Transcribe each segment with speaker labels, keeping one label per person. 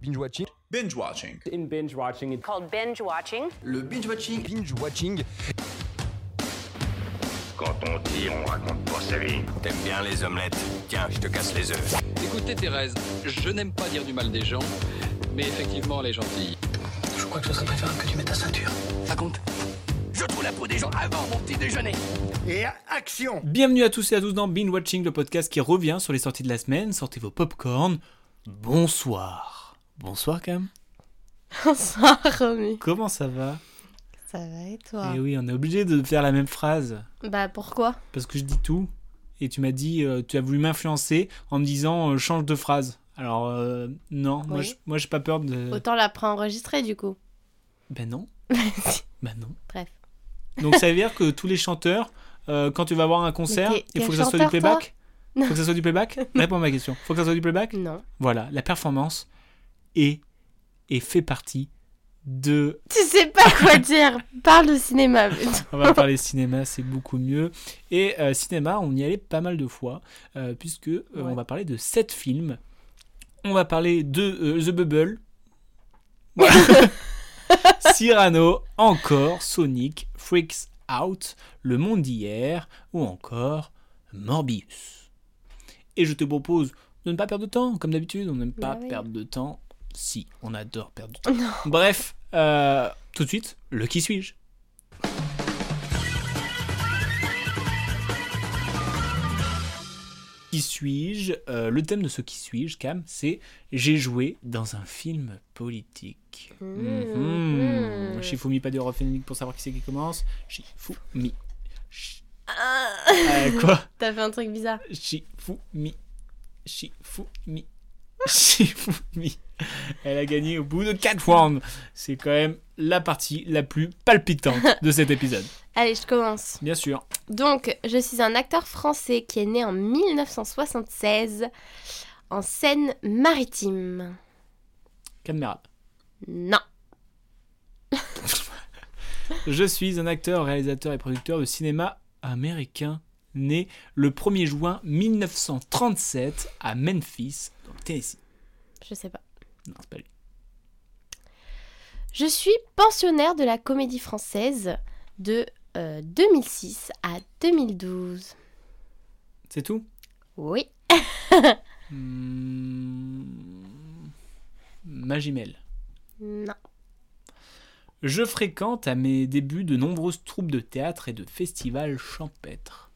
Speaker 1: Binge watching.
Speaker 2: Binge watching.
Speaker 3: In binge watching,
Speaker 4: called binge watching.
Speaker 5: Le binge watching.
Speaker 1: Binge watching.
Speaker 6: Quand on tire, on raconte pas sa vie. T'aimes bien les omelettes Tiens, je te casse les œufs.
Speaker 7: Écoutez Thérèse, je n'aime pas dire du mal des gens, mais effectivement elle est gentille.
Speaker 5: Je crois que ce serait préférable que tu mettes ta ceinture.
Speaker 6: Raconte. Je trouve la peau des gens avant mon petit déjeuner.
Speaker 5: Et action
Speaker 8: Bienvenue à tous et à tous dans Binge Watching, le podcast qui revient sur les sorties de la semaine. Sortez vos popcorn. Bonsoir. Bonsoir Cam.
Speaker 9: Bonsoir Romu.
Speaker 8: Comment ça va
Speaker 9: Ça va et toi
Speaker 8: Eh oui, on est obligé de faire la même phrase
Speaker 9: Bah pourquoi
Speaker 8: parce que je dis tout et tu m'as dit euh, tu as voulu m'influencer en me disant euh, change de phrase. Alors euh, non, moi
Speaker 9: Oui.
Speaker 8: je- moi j'ai pas peur de
Speaker 9: Autant la préenregistrer du coup.
Speaker 8: Ben non. ben non.
Speaker 9: Bref.
Speaker 8: Donc ça veut dire que tous les chanteurs euh, quand tu vas voir un concert,
Speaker 9: t'es-
Speaker 8: il faut
Speaker 9: quel
Speaker 8: que ça soit du
Speaker 9: chanteur, toi
Speaker 8: playback. Il faut que ça soit du playback Réponds à ma question. Faut que ça soit du playback
Speaker 9: Non.
Speaker 8: Voilà, la performance est et fait partie de
Speaker 9: Tu sais pas quoi dire. Parle de cinéma.
Speaker 8: On va parler cinéma, c'est beaucoup mieux. Et euh, cinéma, on y allait pas mal de fois, euh, puisque euh,
Speaker 9: Ouais.
Speaker 8: on va parler de sept films. On va parler de euh, The Bubble, Voilà. Cyrano, encore Sonic, Freaks Out, Le Monde d'hier, ou encore Morbius. Et je te propose de ne pas perdre de temps, comme d'habitude, on n'aime pas
Speaker 9: Bah oui.
Speaker 8: perdre de temps. Si, on adore perdre du temps. Bref, euh, tout de suite, le qui suis-je Qui suis-je Euh, Le thème de ce qui suis-je, Cam, c'est j'ai joué dans un film politique. Mhm.
Speaker 9: Mhm.
Speaker 8: Shifumi, pas de Phoenix pour savoir qui c'est qui commence. Shifumi. Sh- Euh, quoi
Speaker 9: T'as fait un truc bizarre.
Speaker 8: Shifumi. Shifumi. Shifumi. Elle a gagné au bout de 4 rounds. C'est quand même la partie la plus palpitante de cet épisode.
Speaker 9: Allez, je commence.
Speaker 8: Bien sûr.
Speaker 9: Donc, je suis un acteur français qui est né en 1976 en Seine-Maritime.
Speaker 8: Caméra.
Speaker 9: Non.
Speaker 8: Je suis un acteur, réalisateur et producteur de cinéma américain, né le 1er juin 1937 à Memphis, dans le Tennessee.
Speaker 9: Je sais pas.
Speaker 8: Non, c'est pas lui.
Speaker 9: Je suis pensionnaire de la comédie française de euh, 2006 à 2012.
Speaker 8: C'est tout
Speaker 9: Oui.
Speaker 8: Hmm. Magimel.
Speaker 9: Non.
Speaker 8: Je fréquente à mes débuts de nombreuses troupes de théâtre et de festivals champêtres.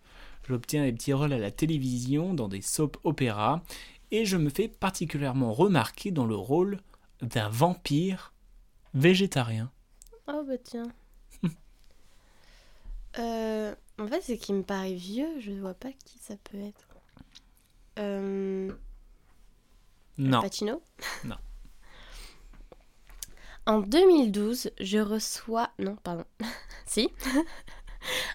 Speaker 8: J'obtiens des petits rôles à la télévision, dans des soap opéras, et je me fais particulièrement remarquer dans le rôle d'un vampire végétarien.
Speaker 9: Oh bah tiens. Euh, en fait, c'est qu'il me paraît vieux, je vois pas qui ça peut être. Euh,
Speaker 8: Non.
Speaker 9: Pacino
Speaker 8: Non.
Speaker 9: En 2012, je reçois... Non, pardon. si.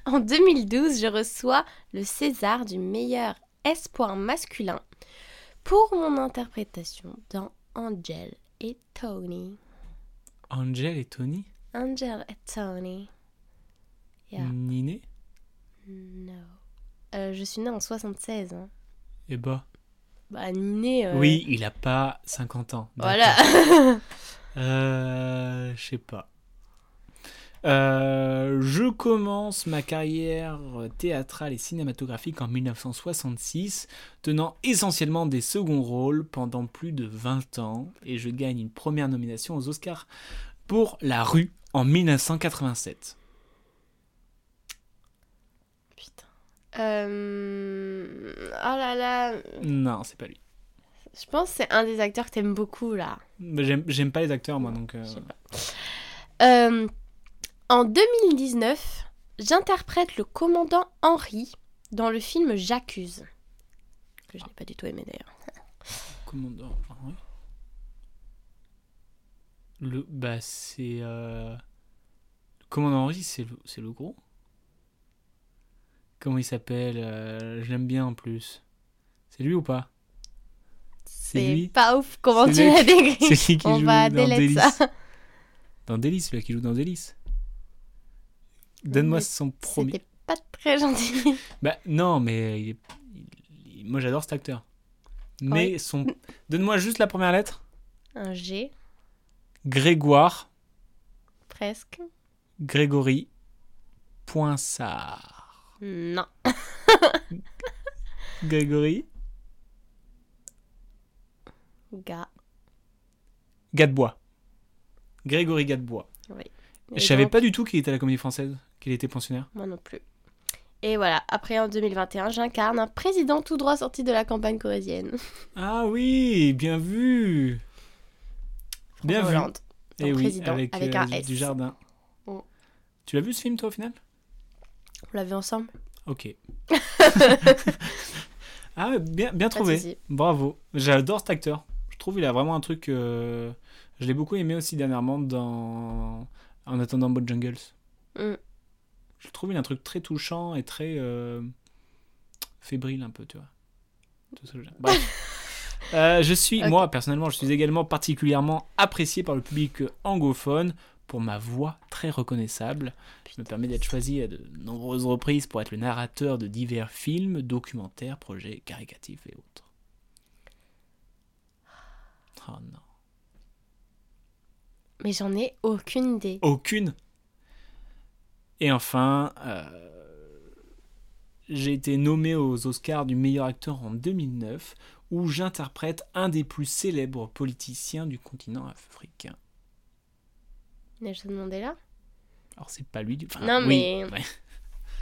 Speaker 9: en 2012, je reçois le César du meilleur espoir masculin pour mon interprétation dans Angel et Tony.
Speaker 8: Angel et Tony
Speaker 9: Angel et Tony. Yeah.
Speaker 8: Niné
Speaker 9: No. Euh, je suis née en 76. hein.
Speaker 8: Eh bah.
Speaker 9: Bah, Niné. euh,
Speaker 8: Oui, il a pas 50 ans.
Speaker 9: Voilà.
Speaker 8: Euh, je sais pas. Euh, je commence ma carrière théâtrale et cinématographique en 1966, tenant essentiellement des seconds rôles pendant plus de 20 ans, et je gagne une première nomination aux Oscars pour La Rue en 1987.
Speaker 9: Putain. Euh... Oh là là.
Speaker 8: Non, c'est pas lui.
Speaker 9: Je pense que c'est un des acteurs que t'aimes beaucoup là.
Speaker 8: Mais J'aime j'aime pas les acteurs, moi, donc... euh,
Speaker 9: Je sais pas. Euh, en 2019, j'interprète le commandant Henri dans le film J'accuse. Que je n'ai pas du tout aimé d'ailleurs.
Speaker 8: Commandant Henry. Le... Bah, c'est... euh, le Commandant Henry, c'est le... c'est le gros Comment il s'appelle Euh, Je l'aime bien en plus. C'est lui ou pas C'est lui
Speaker 9: pas ouf comment
Speaker 8: C'est
Speaker 9: tu
Speaker 8: lui
Speaker 9: l'as
Speaker 8: C'est
Speaker 9: décrit.
Speaker 8: lui qui
Speaker 9: On
Speaker 8: joue
Speaker 9: va
Speaker 8: dans
Speaker 9: délai
Speaker 8: Délice.
Speaker 9: ça.
Speaker 8: Dans Délice, celui qui joue dans Délice. Donne-moi
Speaker 9: Mais
Speaker 8: son premier...
Speaker 9: C'était pas très gentil.
Speaker 8: Bah, non, mais... il est- il- il- Moi, j'adore cet acteur. Mais son... Donne-moi juste la première lettre.
Speaker 9: Un G,
Speaker 8: Grégoire
Speaker 9: presque.
Speaker 8: Grégory Poinsard.
Speaker 9: Non.
Speaker 8: Grégory
Speaker 9: Gars.
Speaker 8: Gadebois. Grégory Gadebois.
Speaker 9: Et
Speaker 8: Je savais
Speaker 9: donc,
Speaker 8: pas du tout qu'il était à la comédie française, qu'il était pensionnaire.
Speaker 9: Moi non plus. Et voilà, après en 2021, j'incarne un président tout droit sorti de la campagne corrézienne.
Speaker 8: Ah oui, bien vu Bien
Speaker 9: François
Speaker 8: vu.
Speaker 9: Hollande.
Speaker 8: Eh
Speaker 9: en
Speaker 8: oui,
Speaker 9: président,
Speaker 8: avec,
Speaker 9: avec
Speaker 8: euh,
Speaker 9: un
Speaker 8: du-
Speaker 9: S.
Speaker 8: du jardin.
Speaker 9: Mm.
Speaker 8: Tu l'as vu ce film toi au final
Speaker 9: On l'a vu ensemble
Speaker 8: Ok. ah, bien, bien
Speaker 9: Pas de
Speaker 8: trouvé.
Speaker 9: souci.
Speaker 8: Bravo. J'adore cet acteur. Je trouve qu'il a vraiment un truc. euh, Je l'ai beaucoup aimé aussi dernièrement dans En attendant Bot Jungles.
Speaker 9: Mm.
Speaker 8: Je trouve qu'il a un truc très touchant et très euh, fébrile un peu, tu vois. Tout ça, j'aime. Bref. Euh, je suis,
Speaker 9: Ok.
Speaker 8: moi personnellement, je suis également particulièrement apprécié par le public euh, anglophone pour ma voix très reconnaissable. Je me permets d'être choisi à de nombreuses reprises pour être le narrateur de divers films, documentaires, projets caricatifs et autres. Oh non.
Speaker 9: Mais j'en ai aucune idée.
Speaker 8: Aucune. Et enfin, euh, j'ai été nommé aux Oscars du meilleur acteur en 2009, où j'interprète un des plus célèbres politiciens du continent africain.
Speaker 9: Nelson Mandela
Speaker 8: Alors c'est pas lui du. enfin, oui,
Speaker 9: Non, mais-
Speaker 8: ouais.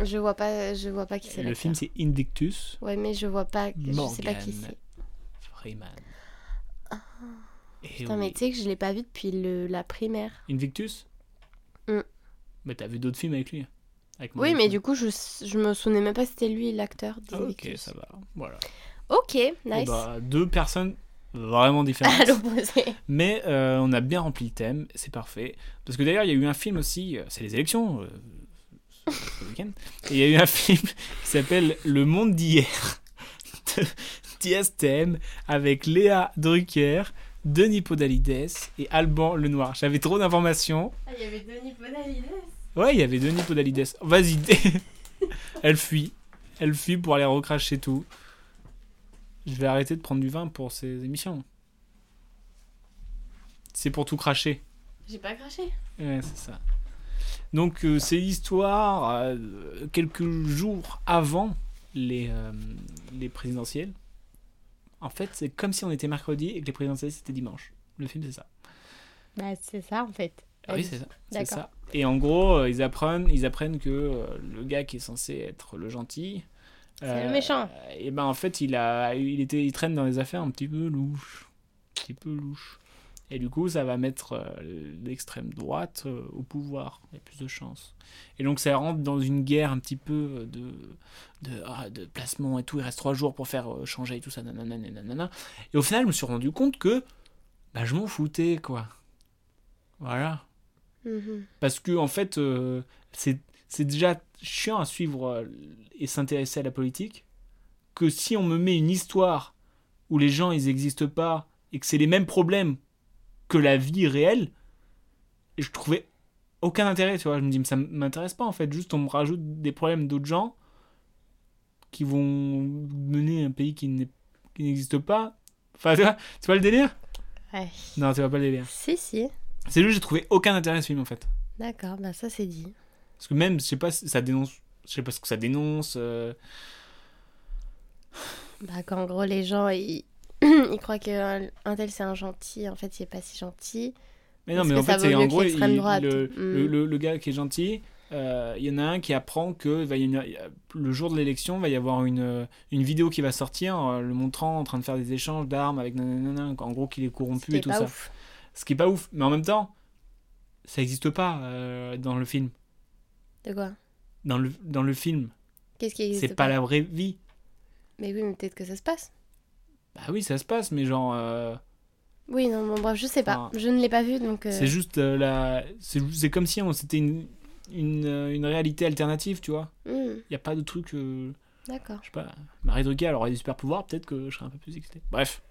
Speaker 9: Je vois pas, je vois pas qui c'est.
Speaker 8: Le film c'est Invictus
Speaker 9: Ouais, mais je vois pas, je sais pas qui
Speaker 8: Morgan.
Speaker 9: c'est.
Speaker 8: Freeman. Eh
Speaker 9: Oh. Putain, mais
Speaker 8: oui.
Speaker 9: tu sais que je l'ai pas vu depuis le, la primaire.
Speaker 8: Invictus.
Speaker 9: Mm.
Speaker 8: Mais t'as vu d'autres films avec lui Avec
Speaker 9: Oui,
Speaker 8: Morgan
Speaker 9: mais
Speaker 8: Freeman.
Speaker 9: du coup, je, je me souvenais même pas si c'était lui l'acteur. des
Speaker 8: Ah, ok,
Speaker 9: Victus.
Speaker 8: ça va. Voilà.
Speaker 9: Ok,
Speaker 8: Eh
Speaker 9: nice.
Speaker 8: bah, deux personnes vraiment différentes.
Speaker 9: À l'opposé.
Speaker 8: Mais euh, on a bien rempli le thème, c'est parfait. Parce que d'ailleurs, il y a eu un film aussi, euh, c'est les élections, euh, ce- ce week-end. Et il y a eu un film qui s'appelle Le Monde d'hier, de d'ISTM, avec Léa Drucker, Denis Podalides et Alban Lenoir. J'avais trop d'informations.
Speaker 9: Ah, il y avait Denis Podalides.
Speaker 8: Ouais, il y avait Denis Podalides. Vas-y, elle fuit. Elle fuit pour aller recracher tout. Je vais arrêter de prendre du vin pour ces émissions. C'est pour tout cracher.
Speaker 9: J'ai pas craché.
Speaker 8: Ouais, c'est ça. Donc, euh, c'est l'histoire euh, quelques jours avant les, euh, les présidentielles. En fait, c'est comme si on était mercredi et que les présidentielles c'était dimanche. Le film, c'est ça.
Speaker 9: Bah, c'est ça en fait.
Speaker 8: Ah oui, c'est ça. c'est
Speaker 9: D'accord.
Speaker 8: ça. Et en gros, euh, ils apprennent, ils apprennent que euh, le gars qui est censé être le gentil.
Speaker 9: C'est le méchant.
Speaker 8: Et ben en fait, il, a, il, était, il traîne dans des affaires un petit peu louches. Un petit peu louches. Et du coup, ça va mettre euh, l'extrême droite euh, au pouvoir. Il y a plus de chances. Et donc, ça rentre dans une guerre un petit peu euh, de, de, ah, de placement et tout. Il reste trois jours pour faire euh, changer et tout ça. Nanana, nanana. Et au final, je me suis rendu compte que bah, je m'en foutais, quoi. Voilà.
Speaker 9: Mhm.
Speaker 8: Parce que, en fait, euh, c'est c'est déjà chiant à suivre euh, et s'intéresser à la politique que si on me met une histoire où les gens, ils n'existent pas et que c'est les mêmes problèmes que la vie réelle, et je trouvais aucun intérêt, tu vois. Je me dis, mais ça m'intéresse pas, en fait. Juste, on me rajoute des problèmes d'autres gens qui vont mener un pays qui n'est- qui n'existe pas. Enfin, tu vois, tu vois le délire
Speaker 9: Ouais.
Speaker 8: Non, tu vois pas le délire.
Speaker 9: Si, si.
Speaker 8: C'est juste, j'ai trouvé aucun intérêt à ce film, en fait.
Speaker 9: D'accord, bah ça c'est dit.
Speaker 8: Parce que même, je sais pas, ça dénonce. Je sais pas ce que ça dénonce. euh,
Speaker 9: Bah, qu'en gros, les gens ils, ils croient qu'un un tel c'est un gentil. En fait, il est pas si gentil.
Speaker 8: Mais non,
Speaker 9: Parce
Speaker 8: mais
Speaker 9: que
Speaker 8: en
Speaker 9: ça
Speaker 8: fait,
Speaker 9: vaut
Speaker 8: c'est
Speaker 9: mieux
Speaker 8: en
Speaker 9: que
Speaker 8: gros, il-
Speaker 9: l'extrême droite.
Speaker 8: le,
Speaker 9: Mm.
Speaker 8: le, le- le gars qui est gentil, euh, il y en a un qui apprend que va y avoir- le jour de l'élection, va y avoir une, une vidéo qui va sortir euh, le montrant en train de faire des échanges d'armes avec nanana, en gros qu'il est corrompu
Speaker 9: C'était
Speaker 8: et tout
Speaker 9: pas
Speaker 8: ça.
Speaker 9: ouf.
Speaker 8: Ce qui est pas ouf, mais en même temps, ça existe pas euh, dans le film.
Speaker 9: De quoi
Speaker 8: Dans le, dans le film,
Speaker 9: Qu'est-ce qui existe
Speaker 8: c'est pas la vraie vie.
Speaker 9: Mais oui, mais peut-être que ça se passe.
Speaker 8: Bah oui, ça se passe, mais genre. euh,
Speaker 9: Oui, non, bon, bref, je sais pas.
Speaker 8: Enfin,
Speaker 9: je ne l'ai pas vu donc. euh,
Speaker 8: C'est juste euh, la. C'est c'est comme si on- c'était une, une, euh, une réalité alternative, tu vois.
Speaker 9: hmm,
Speaker 8: Il n'y a pas de truc. euh,
Speaker 9: D'accord.
Speaker 8: je sais pas. Marie Drucker elle aurait des super pouvoirs, peut-être que je serais un peu plus excité. Bref.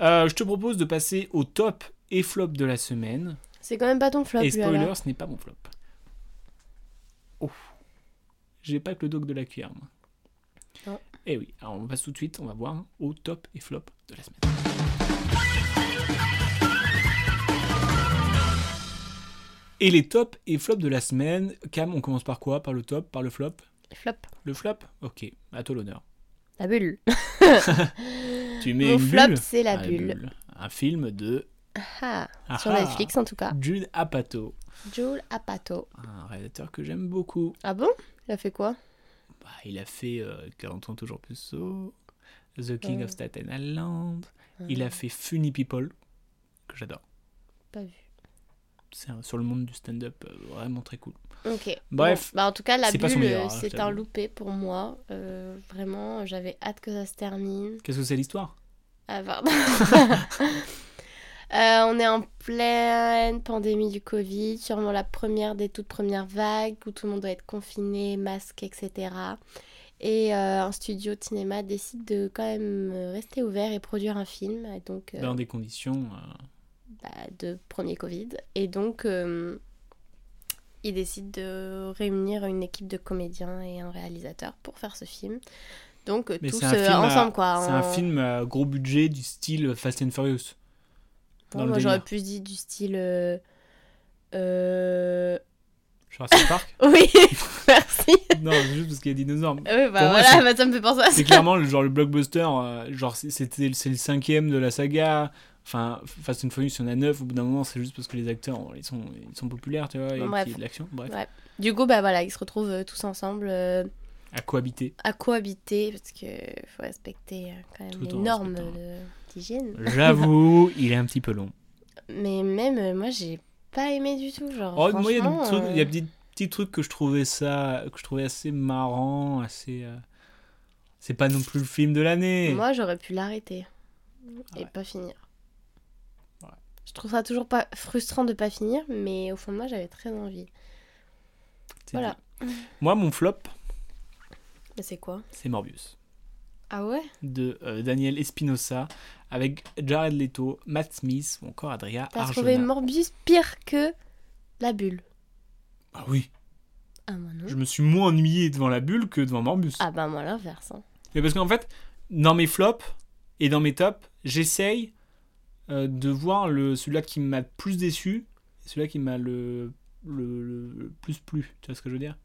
Speaker 8: Euh, je te propose de passer au top et flop de la semaine.
Speaker 9: C'est quand même pas ton flop,
Speaker 8: et
Speaker 9: lui, alors.
Speaker 8: spoiler, ce n'est pas mon flop. Oh. J'ai pas que le doc de la cuillère, moi.
Speaker 9: Non.
Speaker 8: Eh oui, alors hein, on passe tout de suite, on va voir au top et flop de la semaine. Et les tops et flops de la semaine. Cam, on commence par quoi Par le top Par le flop
Speaker 9: Flop,
Speaker 8: Le flop Ok, à toi l'honneur.
Speaker 9: la bulle.
Speaker 8: Tu mets
Speaker 9: Mon
Speaker 8: une
Speaker 9: flop,
Speaker 8: bulle
Speaker 9: c'est la
Speaker 8: Ah, une
Speaker 9: bulle.
Speaker 8: Un film de
Speaker 9: Ah, sur
Speaker 8: Ah,
Speaker 9: Netflix en tout cas.
Speaker 8: Jude Apatow,
Speaker 9: Joel Apato.
Speaker 8: un réalisateur que j'aime beaucoup.
Speaker 9: Ah bon Il a fait quoi
Speaker 8: Bah, il a fait euh, 40 ans toujours plus saut, The King of Staten Island. Il a fait Funny People, que j'adore.
Speaker 9: Pas vu.
Speaker 8: C'est un- sur le monde du stand-up, euh, vraiment très cool.
Speaker 9: Ok.
Speaker 8: Bref.
Speaker 9: Bon, bah, en tout cas, la
Speaker 8: C'est pas son
Speaker 9: bulle,
Speaker 8: meilleur, hein, je
Speaker 9: c'est un
Speaker 8: t'avoue.
Speaker 9: loupé pour moi. Euh, vraiment, j'avais hâte que ça se termine.
Speaker 8: Qu'est-ce que c'est l'histoire
Speaker 9: Ah, pardon. Euh, on est en pleine pandémie du Covid, sûrement la première des toutes premières vagues où tout le monde doit être confiné, masque, etc. Et euh, un studio de cinéma décide de quand même euh, rester ouvert et produire un film. Et donc, euh,
Speaker 8: Dans des conditions. Bah, euh,
Speaker 9: bah, de premier Covid. Et donc, euh, il décide de réunir une équipe de comédiens et un réalisateur pour faire ce film. Donc, euh,
Speaker 8: Mais
Speaker 9: tous
Speaker 8: c'est un
Speaker 9: euh,
Speaker 8: film à-
Speaker 9: ensemble, quoi. hein.
Speaker 8: C'est
Speaker 9: en-
Speaker 8: un film à gros budget du style Fast and Furious.
Speaker 9: Bon,
Speaker 8: dans le
Speaker 9: moi, j'aurais
Speaker 8: délire.
Speaker 9: pu dire du style. euh, euh,
Speaker 8: Jurassic Park
Speaker 9: Oui, merci.
Speaker 8: Non, c'est juste parce qu'il y a des dinosaures.
Speaker 9: Oui, bah
Speaker 8: Pour moi,
Speaker 9: voilà,
Speaker 8: c'est-
Speaker 9: bah, ça me fait penser à
Speaker 8: C'est
Speaker 9: ça.
Speaker 8: clairement le genre le blockbuster, euh, genre c'est- c'était c'est le cinquième de la saga. Enfin, Fast and Furious, il y en a neuf. Au bout d'un moment, c'est juste parce que les acteurs, on- ils sont, ils sont populaires, tu vois, et
Speaker 9: Bref.
Speaker 8: qu'il y a de l'action. Bref,
Speaker 9: Ouais. Du coup, bah voilà, ils se retrouvent euh, tous ensemble euh,
Speaker 8: à cohabiter.
Speaker 9: à cohabiter parce que faut respecter euh, quand même
Speaker 8: Tout
Speaker 9: les
Speaker 8: en
Speaker 9: normes
Speaker 8: respectant.
Speaker 9: de- d'hygiène.
Speaker 8: J'avoue, il est un petit peu long.
Speaker 9: Mais même, euh, moi, j'ai pas aimé du tout. Genre,
Speaker 8: Oh, moi, il y a des
Speaker 9: franchement,
Speaker 8: trucs,
Speaker 9: euh,
Speaker 8: il y a des petits trucs que je trouvais ça, que je trouvais assez marrant, assez. euh, C'est pas non plus le film de l'année.
Speaker 9: Moi, j'aurais pu l'arrêter
Speaker 8: Ah
Speaker 9: et
Speaker 8: ouais.
Speaker 9: pas finir.
Speaker 8: Ouais.
Speaker 9: Je trouve ça toujours pas frustrant de pas finir, mais au fond de moi, j'avais très envie.
Speaker 8: C'est
Speaker 9: Voilà.
Speaker 8: dit. Moi, mon flop,
Speaker 9: Mais c'est quoi
Speaker 8: c'est Morbius.
Speaker 9: Ah ouais
Speaker 8: de euh, Daniel Espinosa avec Jared Leto, Matt Smith ou encore Adria
Speaker 9: T'as trouvé
Speaker 8: Arjona.
Speaker 9: Morbius pire que la bulle
Speaker 8: Ah oui,
Speaker 9: Ah, moi non.
Speaker 8: je me suis moins ennuyé devant la bulle que devant Morbius.
Speaker 9: Ah bah, moi l'inverse. hein.
Speaker 8: Mais parce qu'en fait, dans mes flops et dans mes tops, j'essaye euh, de voir le, celui-là qui m'a le plus déçu, et celui-là qui m'a le, le, le- le plus plu. Tu vois ce que je veux dire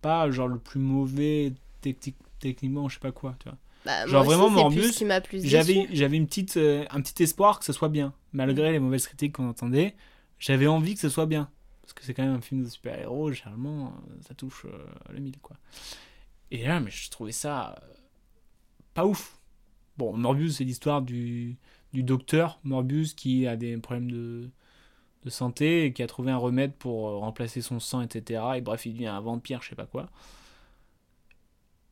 Speaker 8: Pas genre le plus mauvais technique- techniquement, je sais pas quoi. Tu vois.
Speaker 9: Bah,
Speaker 8: Genre,
Speaker 9: moi aussi,
Speaker 8: vraiment,
Speaker 9: c'est plus
Speaker 8: Morbius,
Speaker 9: ce qui m'a plus
Speaker 8: J'avais,
Speaker 9: déçu.
Speaker 8: j'avais une petite, euh, un petit espoir que ce soit bien, malgré les mauvaises critiques qu'on entendait. J'avais envie que ce soit bien, parce que c'est quand même un film de super-héros, généralement, euh, ça touche euh, le mille, quoi. Et là, mais je trouvais ça euh, pas ouf. Bon, Morbius, c'est l'histoire du, du docteur Morbius qui a des problèmes de, de santé et qui a trouvé un remède pour euh, remplacer son sang, etc. Et bref, il devient un vampire, je sais pas quoi.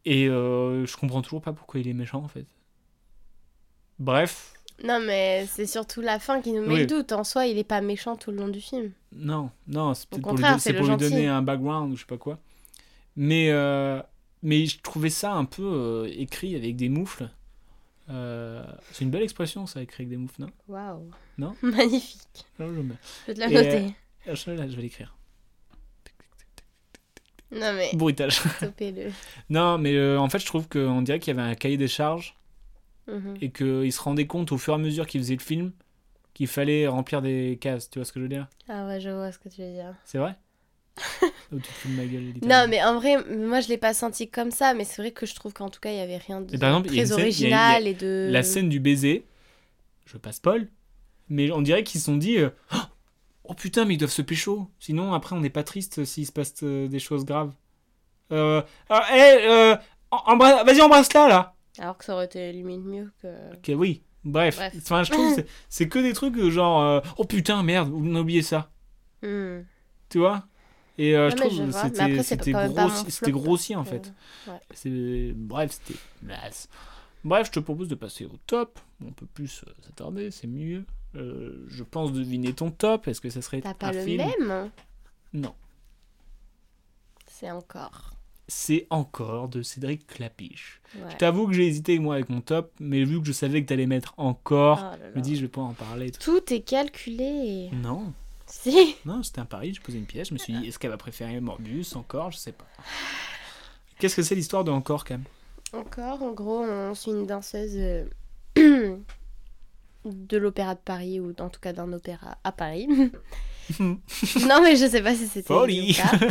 Speaker 8: Et euh, je comprends toujours pas pourquoi il est méchant, en fait. Bref,
Speaker 9: Non, mais c'est surtout la fin qui nous met
Speaker 8: Oui.
Speaker 9: le doute. En soi, il est pas méchant tout le long du film.
Speaker 8: non, non, c'est
Speaker 9: Au
Speaker 8: peut-être pour, lui,
Speaker 9: contraire,
Speaker 8: don-
Speaker 9: c'est
Speaker 8: c'est
Speaker 9: le
Speaker 8: pour lui
Speaker 9: gentil.
Speaker 8: donner un background ou je sais pas quoi. Mais, euh, mais je trouvais ça un peu euh, écrit avec des moufles. Euh, c'est une belle expression, ça, écrit avec des moufles, non
Speaker 9: Waouh.
Speaker 8: Non
Speaker 9: Magnifique.
Speaker 8: Je le mets.
Speaker 9: Je vais te le
Speaker 8: Et,
Speaker 9: noter.
Speaker 8: Ah, Je, là, je vais l'écrire.
Speaker 9: Non, mais
Speaker 8: Bruitage.
Speaker 9: stoppez-le.
Speaker 8: Non, mais euh, en fait, je trouve qu'on dirait qu'il y avait un cahier des charges
Speaker 9: Mhm.
Speaker 8: et qu'il se rendait compte au fur et à mesure qu'il faisait le film qu'il fallait remplir des cases. Tu vois ce que je veux dire
Speaker 9: Ah ouais, je vois ce que tu veux dire.
Speaker 8: C'est vrai Ou tu te fous de ma gueule, littéralement.
Speaker 9: Non, mais en vrai, moi je l'ai pas senti comme ça, mais c'est vrai que je trouve qu'en tout cas, il y avait rien de
Speaker 8: Et par exemple, il y a
Speaker 9: très
Speaker 8: une scène- il y a- il y a-
Speaker 9: original et de.
Speaker 8: la scène du baiser, je passe Paul, mais on dirait qu'ils se sont dit euh, Oh putain, mais ils doivent se pécho, sinon après on n'est pas triste s'il se passe euh, des choses graves. Euh, ah, eh, euh, em- embra- vas-y, embrasse-la là
Speaker 9: Alors que ça aurait été limite mieux que.
Speaker 8: Ok, oui, bref.
Speaker 9: Bref.
Speaker 8: Enfin, je trouve que c'est- c'est que des trucs euh, genre euh, Oh putain, merde, on a oublié ça,
Speaker 9: Hmm.
Speaker 8: tu vois et euh,
Speaker 9: Non,
Speaker 8: je
Speaker 9: mais
Speaker 8: trouve
Speaker 9: je
Speaker 8: que
Speaker 9: vois. Mais
Speaker 8: c'était-
Speaker 9: après, c'est
Speaker 8: c'était
Speaker 9: quand même pas mon
Speaker 8: grossi- c'était
Speaker 9: flop,
Speaker 8: grossier en
Speaker 9: donc,
Speaker 8: fait.
Speaker 9: euh, ouais.
Speaker 8: C'est- Bref, c'était naze. Bref, je te propose de passer au top. On peut plus euh, s'attarder, c'est mieux. Euh, je pense deviner ton top. Est-ce que ça serait
Speaker 9: T'as pas
Speaker 8: un
Speaker 9: le
Speaker 8: film
Speaker 9: même
Speaker 8: Non.
Speaker 9: C'est encore.
Speaker 8: C'est encore de Cédric Clapiche.
Speaker 9: Ouais.
Speaker 8: Je t'avoue que j'ai hésité moi avec mon top, mais vu que je savais que t'allais mettre encore,
Speaker 9: Oh là là.
Speaker 8: je me Mm. dis je vais pas en parler. et tout.
Speaker 9: Tout est calculé.
Speaker 8: Non,
Speaker 9: Si.
Speaker 8: non, c'était un pari. J'ai posé une pièce. Je me suis
Speaker 9: Ah.
Speaker 8: dit est-ce qu'elle va préférer Morbius encore Je sais pas. Qu'est-ce que c'est l'histoire de encore quand même
Speaker 9: Encore, en gros, on suit une danseuse euh, de l'Opéra de Paris, ou en tout cas d'un opéra à Paris, non, mais je sais pas si c'était lui
Speaker 8: Folie.
Speaker 9: ou pas.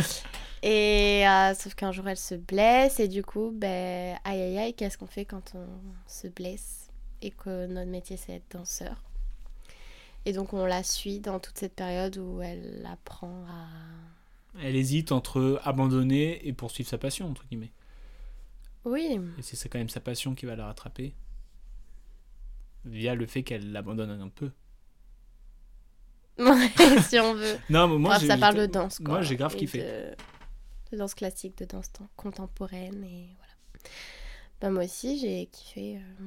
Speaker 9: Et euh, sauf qu'un jour elle se blesse et du coup, ben, aïe aïe aïe, qu'est-ce qu'on fait quand on se blesse et que notre métier c'est être danseur Et donc on la suit dans toute cette période où elle apprend à.
Speaker 8: Elle hésite entre abandonner et poursuivre sa passion, entre guillemets.
Speaker 9: Oui,
Speaker 8: Et c'est c'est quand même sa passion qui va la rattraper. Via le fait qu'elle l'abandonne un peu.
Speaker 9: si on veut.
Speaker 8: Non, mais moi,
Speaker 9: Bref,
Speaker 8: j'ai-
Speaker 9: ça parle de danse. Quoi,
Speaker 8: Moi, j'ai grave
Speaker 9: et
Speaker 8: kiffé. Ah,
Speaker 9: De... de danse classique, de danse tan- contemporaine et voilà. Ben, moi aussi, j'ai kiffé. euh.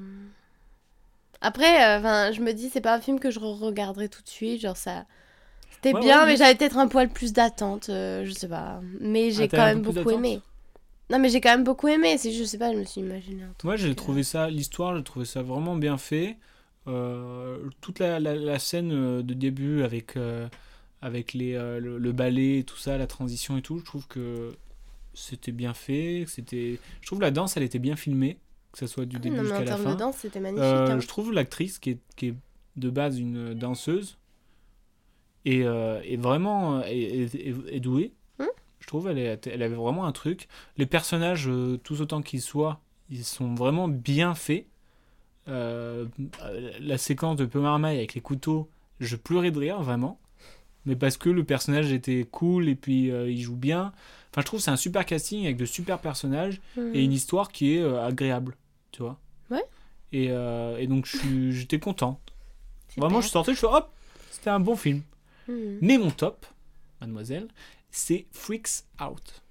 Speaker 9: Après, euh, 'fin, je me dis, c'est pas un film que je regarderai tout de suite. Genre, ça. C'était
Speaker 8: Ouais,
Speaker 9: bien,
Speaker 8: ouais,
Speaker 9: mais
Speaker 8: mais-
Speaker 9: j'avais peut-être un poil plus d'attente. euh, je sais pas. Mais j'ai
Speaker 8: Ah, t'avais
Speaker 9: quand
Speaker 8: un
Speaker 9: même
Speaker 8: peu plus
Speaker 9: beaucoup aimé.
Speaker 8: d'attente
Speaker 9: Non, mais j'ai quand même beaucoup aimé. C'est juste, je sais pas, je me suis imaginé un truc.
Speaker 8: Moi,
Speaker 9: euh,
Speaker 8: j'ai trouvé ça, l'histoire, j'ai trouvé ça vraiment bien fait. Euh, toute la, la- la scène euh, de début avec, euh, avec les, euh, le, le ballet et tout ça, la transition et tout, je trouve que c'était bien fait. que C'était... Je trouve la danse, elle était bien filmée, que ce soit du
Speaker 9: ah,
Speaker 8: début
Speaker 9: non, mais en
Speaker 8: jusqu'à la
Speaker 9: termes
Speaker 8: fin.
Speaker 9: de danse, c'était magnifique.
Speaker 8: Euh,
Speaker 9: hein.
Speaker 8: je trouve l'actrice qui est, qui est de base une euh, danseuse et, euh, et vraiment euh, est, est- est- est douée.
Speaker 9: Hmm
Speaker 8: je trouve elle, est- elle avait vraiment un truc. Les personnages, euh, tous autant qu'ils soient, ils sont vraiment bien faits. Euh, la séquence de Peu Marmaille avec les couteaux, je pleurais de rire vraiment. Mais parce que le personnage était cool et puis euh, il joue bien. Enfin, je trouve que c'est un super casting avec de super personnages
Speaker 9: Hmm.
Speaker 8: et une histoire qui est euh, agréable, tu vois.
Speaker 9: Ouais.
Speaker 8: Et, euh, et donc je suis- j'étais content.
Speaker 9: Super.
Speaker 8: Vraiment, je suis sorti, je fais hop, c'était un bon film.
Speaker 9: Hmm.
Speaker 8: Mais mon top, mademoiselle, c'est Freaks Out.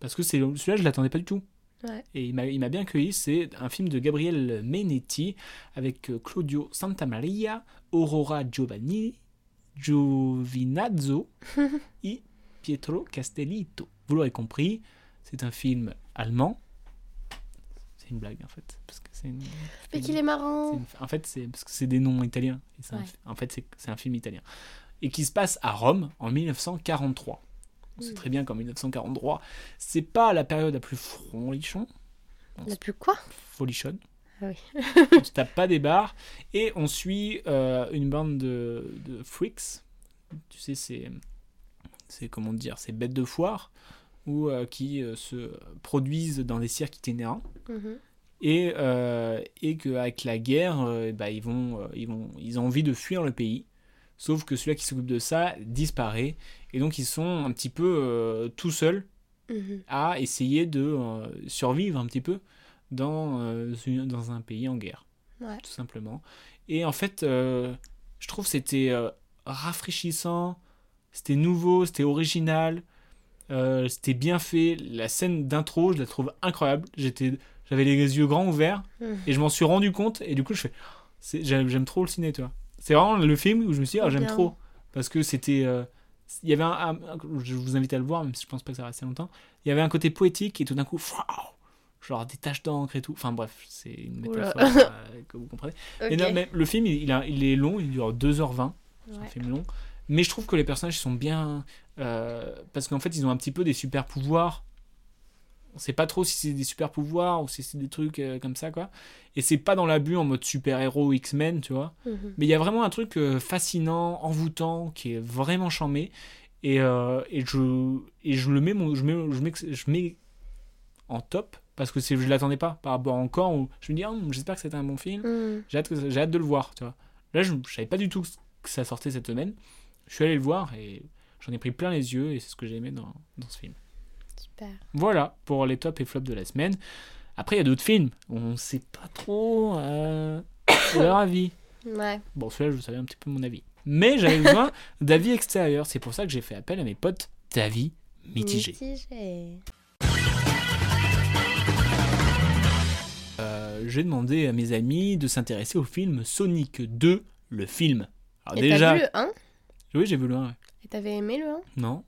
Speaker 8: Parce que c'est celui-là, je l'attendais pas du tout.
Speaker 9: Ouais.
Speaker 8: Et il m'a il m'a bien cueilli. C'est un film de Gabriel Menetti avec euh, Claudio Santamaria, Aurora Giovanni, Giovinazzo et Pietro Castellito. Vous l'aurez compris, c'est un film allemand. C'est une blague en fait. Parce que c'est une-
Speaker 9: Mais qu'il est
Speaker 8: c'est
Speaker 9: marrant.
Speaker 8: une- En fait, c'est parce que c'est des noms italiens. Et c'est un-
Speaker 9: Ouais.
Speaker 8: En fait, c'est- c'est un film italien. Et qui se passe à Rome en 1943. On sait
Speaker 9: Mm.
Speaker 8: très bien qu'en 1943, c'est pas la période la plus frolichon,
Speaker 9: La plus quoi
Speaker 8: folichonne.
Speaker 9: Ah oui.
Speaker 8: on se tape pas des barres. Et on suit euh, une bande de, de freaks. Tu sais, c'est. C'est comment dire C'est bêtes de foire. Ou euh, qui euh, se produisent dans des cirques itinérants
Speaker 9: Mhm.
Speaker 8: et, euh, et qu'avec la guerre, euh, bah, ils, vont, euh, ils, vont, ils ont envie de fuir le pays. Sauf que celui qui s'occupe de ça disparaît. Et donc ils sont un petit peu euh, tout seuls
Speaker 9: Mhm.
Speaker 8: à essayer de euh, survivre un petit peu dans, euh, une- dans un pays en guerre.
Speaker 9: Ouais.
Speaker 8: Tout simplement. Et en fait, euh, je trouve que c'était euh, rafraîchissant, c'était nouveau, c'était original, euh, c'était bien fait. La scène d'intro, je la trouve incroyable. J'étais, J'avais les yeux grands ouverts
Speaker 9: Mhm.
Speaker 8: et je m'en suis rendu compte. Et du coup, je fais, c'est- j'aime j'aime trop le ciné, tu vois. C'est vraiment le film où je me suis dit, ah, j'aime
Speaker 9: Bien.
Speaker 8: trop. Parce que c'était. euh, il y avait un, un- Je vous invite à le voir, même si je pense pas que ça va assez longtemps. Il y avait un côté poétique et tout d'un coup, waouh, genre des taches d'encre et tout. Enfin bref, c'est une
Speaker 9: Oula.
Speaker 8: métaphore euh, que vous comprenez. Et
Speaker 9: Ok.
Speaker 8: non, mais le film, il, il a- il est long, il dure 2h20. C'est un
Speaker 9: Ouais.
Speaker 8: film long. Mais je trouve que les personnages ils sont bien. euh, parce qu'en fait, ils ont un petit peu des super pouvoirs. On sait pas trop si c'est des super pouvoirs ou si c'est des trucs euh, comme ça, quoi. Et c'est pas dans l'abus en mode super-héros X-Men, tu vois.
Speaker 9: Mhm.
Speaker 8: Mais il y a vraiment un truc euh, fascinant, envoûtant, qui est vraiment charmé. Et, euh, et, je, et je le mets, mon, je mets, je mets, je mets en top parce que c'est- je l'attendais pas par rapport à encore où je me dis, Ah, j'espère que c'était un bon film
Speaker 9: Mhm.
Speaker 8: j'ai hâte, que ça- j'ai hâte de le voir, tu vois. Là, je, je savais pas du tout que, que ça sortait cette semaine. Je suis allé le voir et j'en ai pris plein les yeux et c'est ce que j'ai aimé dans, dans ce film.
Speaker 9: Super.
Speaker 8: Voilà pour les tops et flops de la semaine. Après, il y a d'autres films. On sait pas trop euh, leur avis.
Speaker 9: Ouais.
Speaker 8: Bon, celui-là, je vous savais un petit peu mon avis. Mais j'avais besoin d'avis extérieurs. C'est pour ça que j'ai fait appel à mes potes d'avis mitigés.
Speaker 9: Mitigé.
Speaker 8: Euh, j'ai demandé à mes amis de s'intéresser au film Sonic 2, le film. Alors
Speaker 9: Et
Speaker 8: Ah, déjà,
Speaker 9: t'as vu le 1
Speaker 8: oui, j'ai vu le 1. ouais.
Speaker 9: Et t'avais aimé le 1
Speaker 8: Non,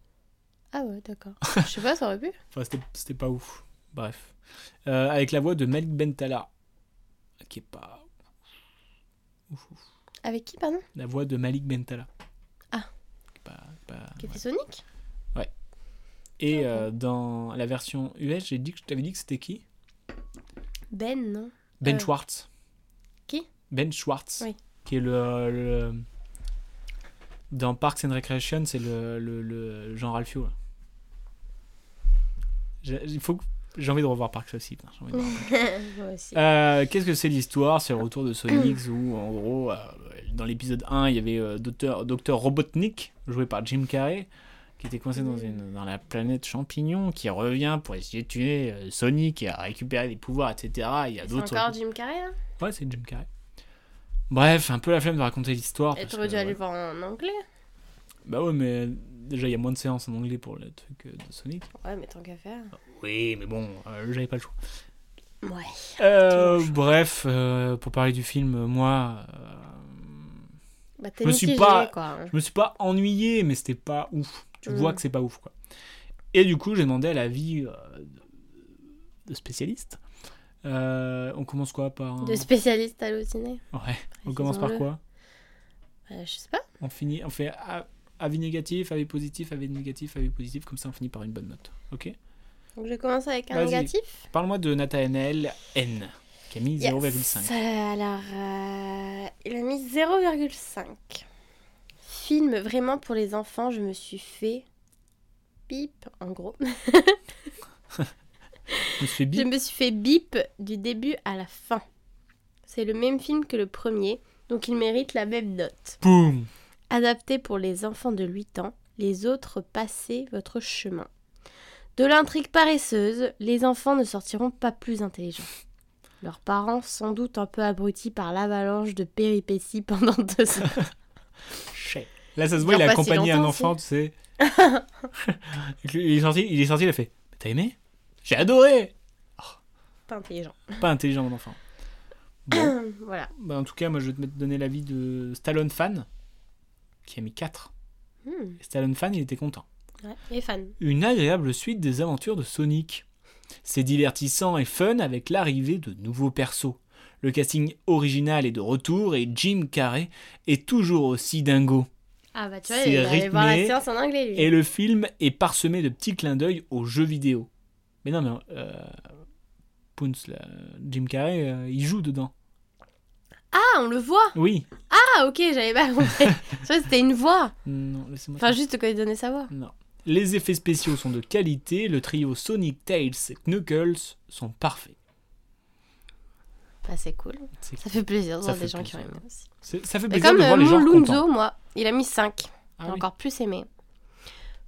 Speaker 9: Ah ouais, d'accord. Je sais pas, ça aurait pu.
Speaker 8: Enfin, c'était- c'était pas ouf. Bref. Euh, avec la voix de Malik Bentala. Qui est pas. Ouf, ouf.
Speaker 9: Avec qui, pardon
Speaker 8: La voix de Malik Bentala.
Speaker 9: Ah.
Speaker 8: Qui est pas- pas-
Speaker 9: Qui
Speaker 8: Ah, ouais.
Speaker 9: était Sonic
Speaker 8: Et
Speaker 9: Ah,
Speaker 8: euh, dans la version US, j'ai dit que je t'avais dit que c'était qui
Speaker 9: Ben, non
Speaker 8: Ben
Speaker 9: Euh,
Speaker 8: Schwartz.
Speaker 9: qui
Speaker 8: Ben Schwartz.
Speaker 9: Oui.
Speaker 8: Qui est le. le- Dans Parks and Recreation, c'est le, le, le Jean Ralphio. là. J'ai il faut que- j'ai envie de revoir Parks aussi. putain, j'ai envie de le revoir.
Speaker 9: Moi aussi.
Speaker 8: Euh, Qu'est-ce que c'est l'histoire C'est le retour de Sonic où, en gros, euh, dans l'épisode 1, il y avait euh, Docteur, Docteur Robotnik, joué par Jim Carrey, qui était coincé dans, une, dans la planète champignon, qui revient pour essayer de tuer euh, Sonic et à récupérer des pouvoirs, etc. Il y a
Speaker 9: C'est
Speaker 8: d'autres.
Speaker 9: encore Jim Carrey hein. là
Speaker 8: Ouais, c'est Jim Carrey. Bref, un peu la flemme de raconter l'histoire.
Speaker 9: Et
Speaker 8: Oh, parce
Speaker 9: t'aurais
Speaker 8: que,
Speaker 9: dû aller
Speaker 8: ouais.
Speaker 9: le voir en anglais
Speaker 8: Bah ouais, mais déjà, il y a moins de séances en anglais pour le truc euh, de Sonic.
Speaker 9: Ouais, mais tant qu'à faire.
Speaker 8: Oui, mais bon, euh, j'avais pas le choix.
Speaker 9: Ouais.
Speaker 8: Euh,
Speaker 9: Toujours.
Speaker 8: bref, euh, pour parler du film, euh, moi, euh,
Speaker 9: Bah, t'es
Speaker 8: Je me suis
Speaker 9: mitigé
Speaker 8: pas-
Speaker 9: quoi. hein.
Speaker 8: je me suis pas ennuyé, mais c'était pas ouf. Tu
Speaker 9: Mm.
Speaker 8: vois que c'est pas ouf, quoi. Et du coup, j'ai demandé à l'avis euh, de- de spécialistes. Euh, on commence quoi par un-
Speaker 9: De spécialiste halluciné
Speaker 8: Ouais, on commence par
Speaker 9: Précisons-le.
Speaker 8: quoi
Speaker 9: Euh, Je sais pas.
Speaker 8: On finit, on fait a- avis négatif, avis positif, avis négatif, avis positif, comme ça on finit par une bonne note. Ok
Speaker 9: Donc je commence avec un
Speaker 8: Vas-y.
Speaker 9: négatif.
Speaker 8: Parle-moi de Nathanael N, qui a mis
Speaker 9: Yes.
Speaker 8: 0,5.
Speaker 9: Euh, Alors, euh, il a mis 0,5. Film vraiment pour les enfants, je me suis fait bip, en gros.
Speaker 8: Je me suis fait
Speaker 9: Je
Speaker 8: bip.
Speaker 9: me suis fait bip du début à la fin. C'est le même film que le premier, donc il mérite la même note.
Speaker 8: Boum
Speaker 9: Adapté pour les enfants de 8 ans, les autres passez votre chemin. De l'intrigue paresseuse, les enfants ne sortiront pas plus intelligents. Leurs parents, sans doute un peu abrutis par l'avalanche de péripéties pendant deux ans.
Speaker 8: Chez. Là, ça se voit,
Speaker 9: Il
Speaker 8: il
Speaker 9: dure
Speaker 8: a
Speaker 9: pas si
Speaker 8: accompagné un
Speaker 9: longtemps,
Speaker 8: enfant, tu sais. il, est sorti, il est sorti, il a fait T'as aimé J'ai adoré
Speaker 9: Pas intelligents.
Speaker 8: Pas intelligent, mon enfant. Bon,
Speaker 9: Hum, Voilà.
Speaker 8: bah, en tout cas, moi, je vais te mettre- donner l'avis de Stallone Fan, qui a mis 4.
Speaker 9: Hmm.
Speaker 8: Et Stallone Fan, il était content.
Speaker 9: Ouais. Et fan.
Speaker 8: Une agréable suite des aventures de Sonic. C'est divertissant et fun avec l'arrivée de nouveaux persos. Le casting original est de retour et Jim Carrey est toujours aussi dingo.
Speaker 9: Ah bah tu vois,
Speaker 8: C'est
Speaker 9: il allait voir la
Speaker 8: rythmé
Speaker 9: séance en anglais lui.
Speaker 8: Et le film est parsemé de petits clins d'œil aux jeux vidéo. Mais non, mais euh, Poons, là, Jim Carrey, euh, il joue dedans.
Speaker 9: Ah, on le voit
Speaker 8: Oui.
Speaker 9: Ah ok, j'avais pas compris. Tu vois, c'était une voix.
Speaker 8: Non, laissez-moi.
Speaker 9: Enfin, juste quand il donnait sa voix.
Speaker 8: Non. Les effets spéciaux sont de qualité. Le trio Sonic, Tails et Knuckles sont parfaits.
Speaker 9: Bah, c'est cool.
Speaker 8: C'est-
Speaker 9: Ça fait plaisir de
Speaker 8: Ça
Speaker 9: voir des
Speaker 8: fait
Speaker 9: gens qui ont
Speaker 8: plaisir.
Speaker 9: aimé aussi.
Speaker 8: c'est- Ça fait
Speaker 9: Mais
Speaker 8: plaisir
Speaker 9: comme
Speaker 8: de
Speaker 9: euh,
Speaker 8: voir les
Speaker 9: mon
Speaker 8: gens
Speaker 9: Lunzo,
Speaker 8: contents.
Speaker 9: moi, il a mis 5.
Speaker 8: Ah
Speaker 9: J'ai
Speaker 8: oui.
Speaker 9: encore plus aimé.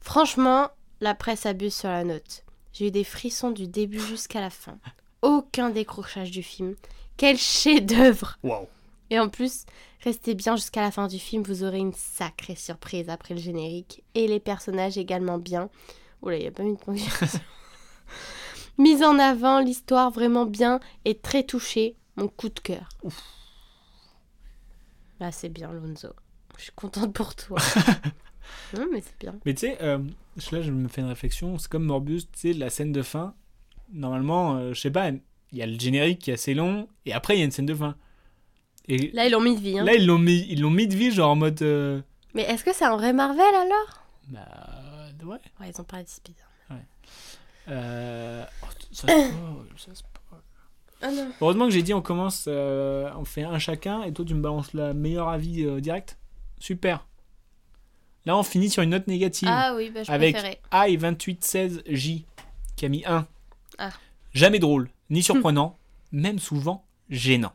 Speaker 9: Franchement, la presse abuse sur la note. J'ai eu des frissons du début jusqu'à la fin. Aucun décrochage du film. Quel chef-d'œuvre
Speaker 8: Waouh.
Speaker 9: Et en plus, restez bien jusqu'à la fin du film, vous aurez une sacrée surprise après le générique. Et les personnages également bien. Oula, il n'y a pas eu de conversation. Mise en avant, l'histoire vraiment bien et très touchée. Mon coup de cœur. Là, c'est bien, Lonzo. Je suis contente pour toi. non, mais c'est bien.
Speaker 8: Mais tu sais, euh, je- là, je me fais une réflexion. C'est comme Morbius, tu sais, la scène de fin. Normalement, euh, je sais pas, il y a le générique qui est assez long et après, il y a une scène de fin. Et
Speaker 9: Là, ils l'ont mis de vie. hein.
Speaker 8: Là, ils l'ont mis, ils l'ont mis de vie, genre en mode. euh,
Speaker 9: Mais est-ce que c'est un vrai Marvel alors
Speaker 8: Bah ouais.
Speaker 9: Ouais, ils ont parlé de Spider-Man.
Speaker 8: Euh, oh, ça spoil, ça spoil.
Speaker 9: Ah non.
Speaker 8: Heureusement que j'ai dit on commence, euh, on fait un chacun et toi tu me balances la meilleure avis euh, direct. Super. Là on finit sur une note négative.
Speaker 9: Ah oui, bah, je
Speaker 8: Avec-
Speaker 9: préférais.
Speaker 8: AI2816J qui a mis 1.
Speaker 9: Ah.
Speaker 8: Jamais drôle, ni surprenant, même souvent gênant.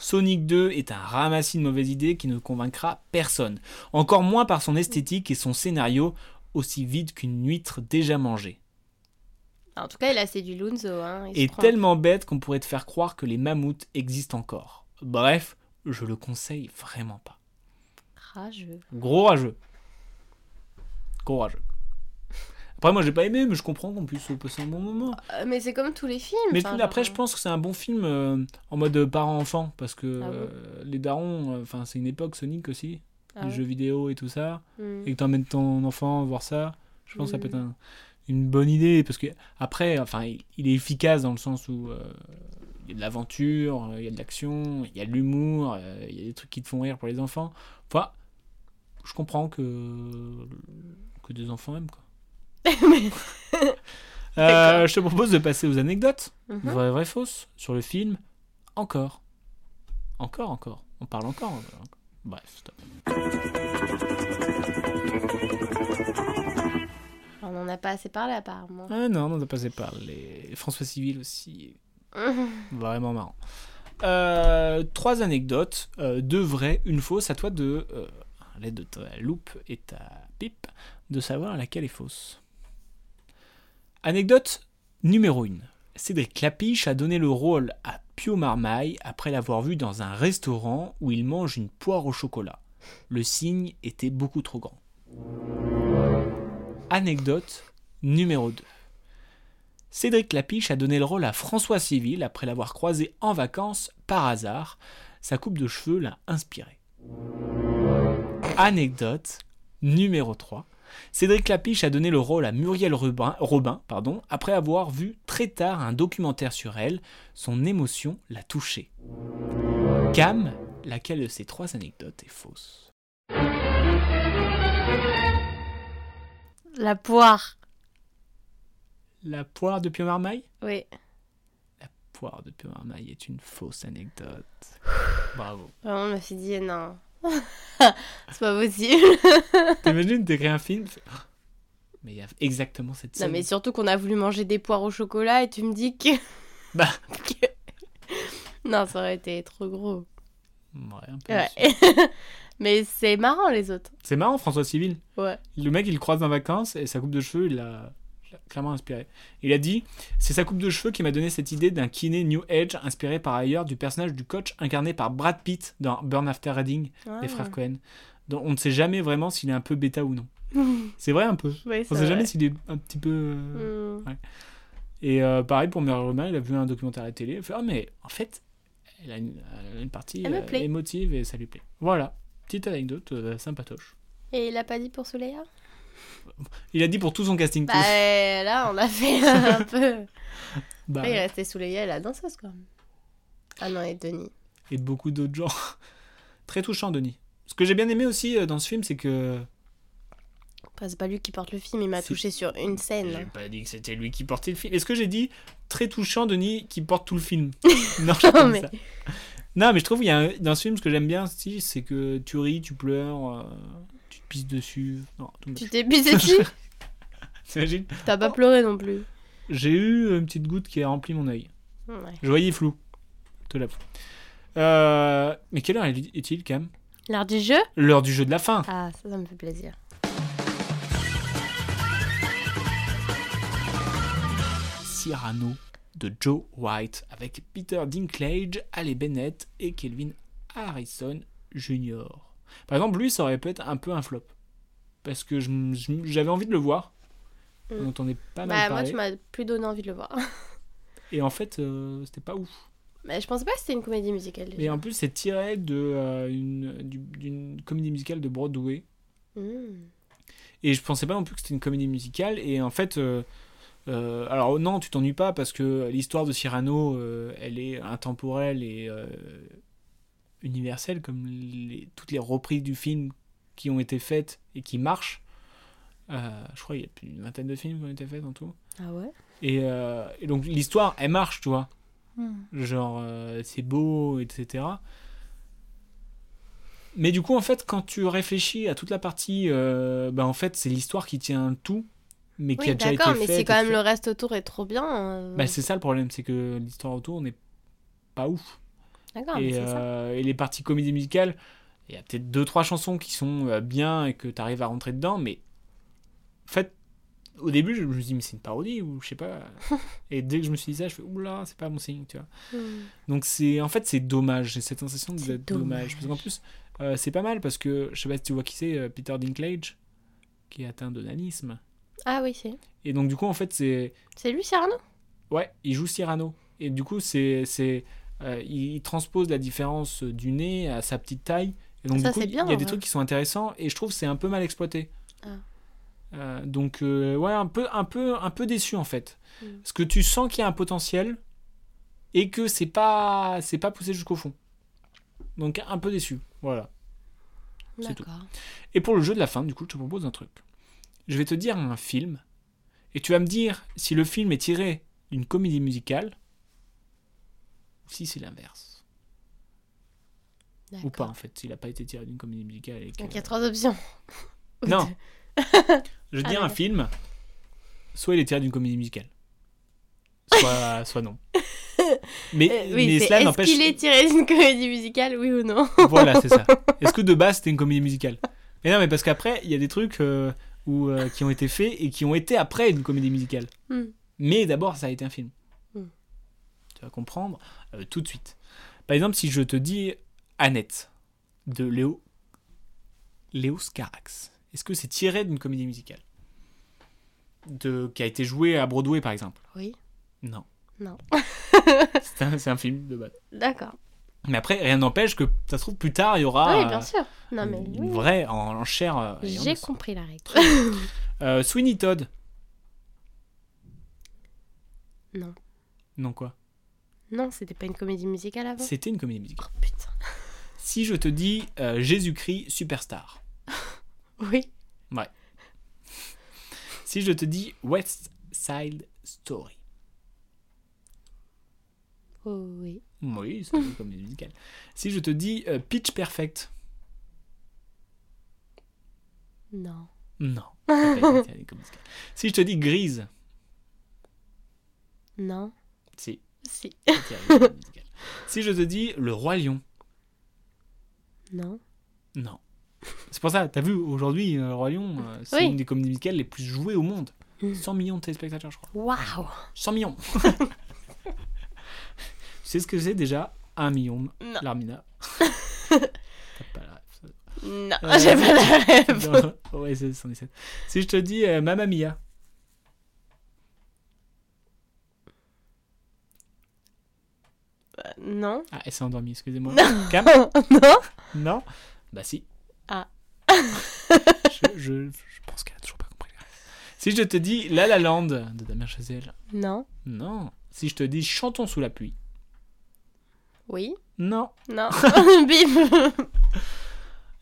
Speaker 8: Sonic 2 est un ramassis de mauvaises idées qui ne convaincra personne, encore moins par son esthétique et son scénario, aussi vide qu'une huître déjà mangée.
Speaker 9: En tout cas, il a assez du Lunzo. Hein. Il se
Speaker 8: Et
Speaker 9: prend.
Speaker 8: tellement bête qu'on pourrait te faire croire que les mammouths existent encore. Bref, je le conseille vraiment pas.
Speaker 9: Rageux.
Speaker 8: Gros rageux. Gros rageux. Après, moi j'ai pas aimé, mais je comprends qu'on puisse passer un bon moment.
Speaker 9: Euh, mais c'est comme tous les films.
Speaker 8: Mais
Speaker 9: enfin,
Speaker 8: tout- après,
Speaker 9: genre,
Speaker 8: je pense que c'est un bon film euh, en mode euh, parent-enfant parce que
Speaker 9: Ah bon
Speaker 8: euh, les darons, euh, enfin, c'est une époque Sonic aussi,
Speaker 9: ah
Speaker 8: les
Speaker 9: ouais.
Speaker 8: jeux vidéo et tout ça,
Speaker 9: Hmm.
Speaker 8: et que t'emmènes ton enfant voir ça. Je pense que ça peut
Speaker 9: Mm.
Speaker 8: être un- une bonne idée parce que après, enfin, il, il est efficace dans le sens où euh, il y a de l'aventure, euh, il y a de l'action, il y a de l'humour, euh, il y a des trucs qui te font rire pour les enfants. Enfin, je comprends que que des enfants aiment quoi. Euh, je te propose de passer aux anecdotes.
Speaker 9: Mhm.
Speaker 8: Vraie, vraie, fausse sur le film. Encore. hein, Encore, encore. On parle encore. encore. Bref, stop.
Speaker 9: On n'en a pas assez parlé apparemment.
Speaker 8: Ah non, on en a passé par les. François Civil aussi. Vraiment marrant. Euh, trois anecdotes, euh, deux vraies, une fausse. À toi de, euh, à l'aide de ta loupe et ta pipe, de savoir laquelle est fausse. Anecdote numéro 1. Cédric Clapiche a donné le rôle à Pio Marmaille après l'avoir vu dans un restaurant où il mange une poire au chocolat. Le signe était beaucoup trop grand. Anecdote numéro 2. Cédric Lapiche a donné le rôle à François Civil après l'avoir croisé en vacances par hasard. Sa coupe de cheveux l'a inspiré. Anecdote numéro 3. Cédric Lapiche a donné le rôle à Muriel Robin, Robin, pardon, après avoir vu très tard un documentaire sur elle. Son émotion l'a touché. Cam, laquelle de ces trois anecdotes est fausse
Speaker 9: La poire.
Speaker 8: La poire de Pio Marmaille
Speaker 9: Oui,
Speaker 8: La poire de Pio Marmaille est une fausse anecdote. Bravo.
Speaker 9: vraiment, on me suis dit non. c'est pas possible.
Speaker 8: T'imagines, t'écris un film. tu fais, Ah, Mais il y a exactement cette
Speaker 9: non
Speaker 8: scène.
Speaker 9: mais surtout qu'on a voulu manger des poires au chocolat et tu me dis que...
Speaker 8: Bah.
Speaker 9: que- Non, ça aurait été trop gros.
Speaker 8: Ouais, un peu
Speaker 9: Ouais.
Speaker 8: déçu.
Speaker 9: mais c'est marrant les autres.
Speaker 8: C'est marrant, François Civil.
Speaker 9: Ouais.
Speaker 8: Le mec, il le croise en vacances et sa coupe de cheveux, il l'a il l'a clairement inspiré. Il a dit C'est sa coupe de cheveux qui m'a donné cette idée d'un kiné New Age, inspiré par ailleurs du personnage du coach incarné par Brad Pitt dans Burn After Reading,
Speaker 9: Ah.
Speaker 8: les frères Cohen. Donc, on ne sait jamais vraiment s'il est un peu bêta ou non. C'est vrai un peu.
Speaker 9: Ouais,
Speaker 8: On ne
Speaker 9: c'est
Speaker 8: sait jamais
Speaker 9: vrai.
Speaker 8: s'il est un petit peu. euh,
Speaker 9: Hmm.
Speaker 8: Et euh, pareil pour Muriel Robin, il a vu un documentaire à la télé, il a fait Ah, mais en fait, elle a une, elle a une partie
Speaker 9: Elle me
Speaker 8: euh,
Speaker 9: plaît.
Speaker 8: émotive et ça lui plaît. Voilà, petite anecdote euh, sympatoche.
Speaker 9: Et il a pas dit pour Souleya
Speaker 8: Il a dit pour tout son casting
Speaker 9: Bah
Speaker 8: tous.
Speaker 9: euh, là, on a fait un peu.
Speaker 8: Bah,
Speaker 9: Après, il restait Souleya et la danseuse quand même. Ah non, et Denis.
Speaker 8: et beaucoup d'autres gens. Très touchant, Denis. Ce que j'ai bien aimé aussi euh, dans ce film, c'est que.
Speaker 9: Enfin, Bah, c'est pas lui qui porte le film, il m'a
Speaker 8: Si.
Speaker 9: touché sur une
Speaker 8: J'ai
Speaker 9: scène.
Speaker 8: pas dit que c'était lui qui portait le film. Est-ce que j'ai dit très touchant, Denis, qui porte tout le film Non, je
Speaker 9: Non,
Speaker 8: sais pas
Speaker 9: mais-
Speaker 8: ça. Non, mais je trouve qu'il y a un- dans ce film, ce que j'aime bien aussi, c'est que tu ris, tu pleures, euh, tu te pisses dessus. Non, tout
Speaker 9: Tu t'es buté dessus
Speaker 8: T'imagines
Speaker 9: T'as pas pleuré non plus.
Speaker 8: J'ai eu une petite goutte qui a rempli mon œil.
Speaker 9: Ouais.
Speaker 8: Je voyais flou. Je Te l'avoue. Euh, mais quelle heure est-il, Cam
Speaker 9: L'art du jeu
Speaker 8: L'heure du jeu de la fin.
Speaker 9: Ah, ça, ça me fait plaisir.
Speaker 8: Cyrano de Joe White avec Peter Dinklage, Alec Bennett et Kelvin Harrison Jr. Par exemple, lui, ça aurait pu être un peu un flop. Parce que je m- je m- j'avais envie de le voir.
Speaker 9: Mm.
Speaker 8: On entendait pas
Speaker 9: bah,
Speaker 8: mal
Speaker 9: moi,
Speaker 8: parler.
Speaker 9: tu m'as plus donné envie de le voir.
Speaker 8: et en fait, euh, c'était pas ouf.
Speaker 9: Mais je pensais pas que c'était une comédie musicale.
Speaker 8: Et
Speaker 9: Déjà.
Speaker 8: en plus, c'est tiré de, euh, une- du- d'une comédie musicale de Broadway.
Speaker 9: Hmm.
Speaker 8: Et je pensais pas non plus que c'était une comédie musicale. Et en fait, euh, euh, alors non, tu t'ennuies pas parce que l'histoire de Cyrano, euh, elle est intemporelle et euh, universelle, comme les- toutes les reprises du film qui ont été faites et qui marchent. Euh, je crois qu'il y a plus d'une vingtaine de films qui ont été faits en tout.
Speaker 9: Ah ouais
Speaker 8: Et, euh, et donc l'histoire, elle marche, tu vois.
Speaker 9: Hmm.
Speaker 8: Genre, euh, c'est beau, etc. Mais du coup, en fait, quand tu réfléchis à toute la partie, euh, bah, en fait, c'est l'histoire qui tient le tout, mais qui
Speaker 9: Oui,
Speaker 8: a déjà été
Speaker 9: d'accord, mais
Speaker 8: faite,
Speaker 9: si quand même
Speaker 8: etc.
Speaker 9: le reste autour est trop bien. euh,
Speaker 8: Bah, c'est ça le problème, c'est que l'histoire autour n'est pas ouf.
Speaker 9: D'accord, Ah, mais
Speaker 8: et,
Speaker 9: c'est ça.
Speaker 8: euh, et les parties comédie musicale, il y a peut-être deux, trois chansons qui sont euh, bien et que tu arrives à rentrer dedans, mais en fait, au début, je me suis dit, mais c'est une parodie ou je sais pas. et dès que je me suis dit ça, je fais, oula, c'est pas mon signe, tu vois.
Speaker 9: Hmm.
Speaker 8: Donc c'est en fait c'est dommage, j'ai cette sensation d'être
Speaker 9: C'est
Speaker 8: dommage. Parce qu'en plus euh, c'est pas mal parce que je sais pas si tu vois qui c'est euh, Peter Dinklage qui est atteint de nanisme.
Speaker 9: Ah oui, c'est
Speaker 8: Et donc du coup en fait c'est
Speaker 9: c'est lui, Cyrano
Speaker 8: ouais il joue Cyrano et du coup c'est c'est euh, il, il transpose la différence du nez à sa petite taille. Et donc
Speaker 9: Ça,
Speaker 8: du coup
Speaker 9: c'est
Speaker 8: il y
Speaker 9: bien,
Speaker 8: a
Speaker 9: en
Speaker 8: des
Speaker 9: vrai.
Speaker 8: trucs qui sont intéressants et je trouve que c'est un peu mal exploité.
Speaker 9: Ah.
Speaker 8: Euh, donc euh, ouais un peu un peu un peu déçu en fait.
Speaker 9: Mm.
Speaker 8: Parce que tu sens qu'il y a un potentiel et que c'est pas c'est pas poussé jusqu'au fond. Donc un peu déçu, voilà. C'est tout.
Speaker 9: D'accord.
Speaker 8: Et pour le jeu de la fin, du coup, je te propose un truc. Je vais te dire un film et tu vas me dire si le film est tiré d'une comédie musicale ou si c'est l'inverse ou pas
Speaker 9: D'accord.
Speaker 8: en fait, s'il n'a pas été tiré d'une comédie musicale et que-
Speaker 9: Donc il y a trois options. ou
Speaker 8: Non.
Speaker 9: de-
Speaker 8: Je veux
Speaker 9: Ah,
Speaker 8: dire un
Speaker 9: ouais.
Speaker 8: film, soit il est tiré d'une comédie musicale, soit, soit non. Mais,
Speaker 9: Euh, oui,
Speaker 8: mais
Speaker 9: c'est
Speaker 8: cela
Speaker 9: est-ce
Speaker 8: n'empêche.
Speaker 9: qu'il est tiré d'une comédie musicale, oui ou non
Speaker 8: Voilà, c'est ça. Est-ce que de base c'était une comédie musicale Mais non, mais parce qu'après, il y a des trucs euh, où, euh, qui ont été faits et qui ont été après une comédie musicale.
Speaker 9: Hmm.
Speaker 8: Mais d'abord, ça a été un film.
Speaker 9: Hmm.
Speaker 8: Tu vas comprendre euh, tout de suite. Par exemple, si je te dis Annette de Léo, Léo Scarax, est-ce que c'est tiré d'une comédie musicale de, qui a été jouée à Broadway par exemple
Speaker 9: Oui,
Speaker 8: Non.
Speaker 9: Non.
Speaker 8: c'est un, c'est un film de base.
Speaker 9: d'accord.
Speaker 8: Mais après, rien n'empêche que ça se trouve plus tard, il y aura
Speaker 9: oui,
Speaker 8: euh,
Speaker 9: bien sûr. Non, mais
Speaker 8: une
Speaker 9: oui,
Speaker 8: vraie en, en chair. euh, et en
Speaker 9: j'ai
Speaker 8: os.
Speaker 9: compris la règle.
Speaker 8: Euh, Sweeney Todd.
Speaker 9: Non.
Speaker 8: Non quoi
Speaker 9: non, c'était pas une comédie musicale avant
Speaker 8: C'était une comédie musicale.
Speaker 9: Oh putain.
Speaker 8: Si je te dis euh, Jésus-Christ superstar.
Speaker 9: Oui,
Speaker 8: Si je te dis West Side Story.
Speaker 9: oh, oui.
Speaker 8: Oui, c'est une comédie musicale. Si je te dis euh, Pitch Perfect.
Speaker 9: Non.
Speaker 8: Non. ça n'a pas été une comédie musicale. si je te dis Grise.
Speaker 9: Non.
Speaker 8: Si.
Speaker 9: Si.
Speaker 8: c'était une comédie musicale. si je te dis Le Roi Lion.
Speaker 9: Non.
Speaker 8: Non. C'est pour ça, t'as vu, aujourd'hui, euh, Le Roi Lion, euh, c'est
Speaker 9: Oui.
Speaker 8: une des comédies musicales les plus jouées au monde.
Speaker 9: Mm.
Speaker 8: 100 millions de téléspectateurs, je crois.
Speaker 9: Waouh
Speaker 8: 100 millions. tu sais ce que c'est déjà 1 million,
Speaker 9: Non.
Speaker 8: l'Armina. T'as pas la ref.
Speaker 9: Non,
Speaker 8: Euh,
Speaker 9: j'ai pas la rêve.
Speaker 8: Dans- ouais, c'est 117. Si je te dis euh, Mamma Mia.
Speaker 9: Non.
Speaker 8: Ah, elle s'est endormie, excusez-moi.
Speaker 9: Non.
Speaker 8: Cam
Speaker 9: non
Speaker 8: Non Bah si.
Speaker 9: Ah.
Speaker 8: je, je- je pense qu'elle a toujours pas compris. Si je te dis La La Land de Damien Chazelle.
Speaker 9: Non.
Speaker 8: Non. Si je te dis Chantons sous la pluie.
Speaker 9: Oui.
Speaker 8: Non.
Speaker 9: Non. Bim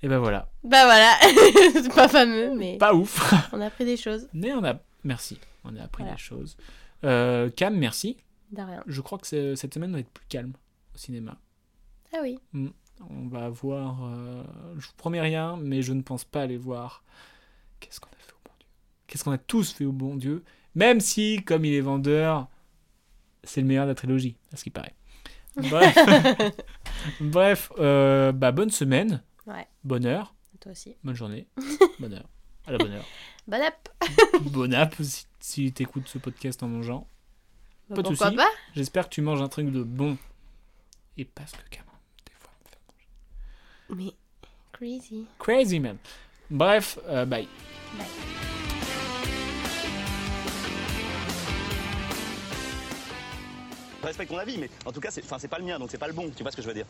Speaker 8: Et ben voilà.
Speaker 9: Bah voilà, c'est pas fameux, mais
Speaker 8: Pas ouf.
Speaker 9: on a appris des choses.
Speaker 8: Mais on a. Merci. On a appris
Speaker 9: Voilà.
Speaker 8: des choses. Euh, Cam, merci.
Speaker 9: De rien.
Speaker 8: Je crois que c'est- cette semaine va être plus calme au cinéma.
Speaker 9: Ah oui.
Speaker 8: On va voir. euh, Je vous promets rien, mais je ne pense pas aller voir. Qu'est-ce qu'on a fait au bon Dieu Qu'est-ce qu'on a tous fait au bon Dieu Même si, comme il est vendeur, c'est le meilleur de la trilogie, à ce qui paraît. Bref, Bref euh, bah, bonne semaine.
Speaker 9: Ouais.
Speaker 8: Bonne heure.
Speaker 9: Toi aussi. Bah,
Speaker 8: Bonne journée. Bonne heure. À la bonne heure.
Speaker 9: Bon app.
Speaker 8: Bon app si, si tu écoutes ce podcast en mangeant.
Speaker 9: Bah,
Speaker 8: Pas de
Speaker 9: Pourquoi
Speaker 8: soucis.
Speaker 9: pas
Speaker 8: J'espère que tu manges un truc de bon. Et pas ce que Cameron, des fois, me fait manger.
Speaker 9: Mais crazy.
Speaker 8: Crazy, man. Bref, euh, bye.
Speaker 1: Je respecte ton avis, mais en tout cas, c'est enfin, c'est pas le mien, donc c'est pas le bon. Tu vois ce que je veux dire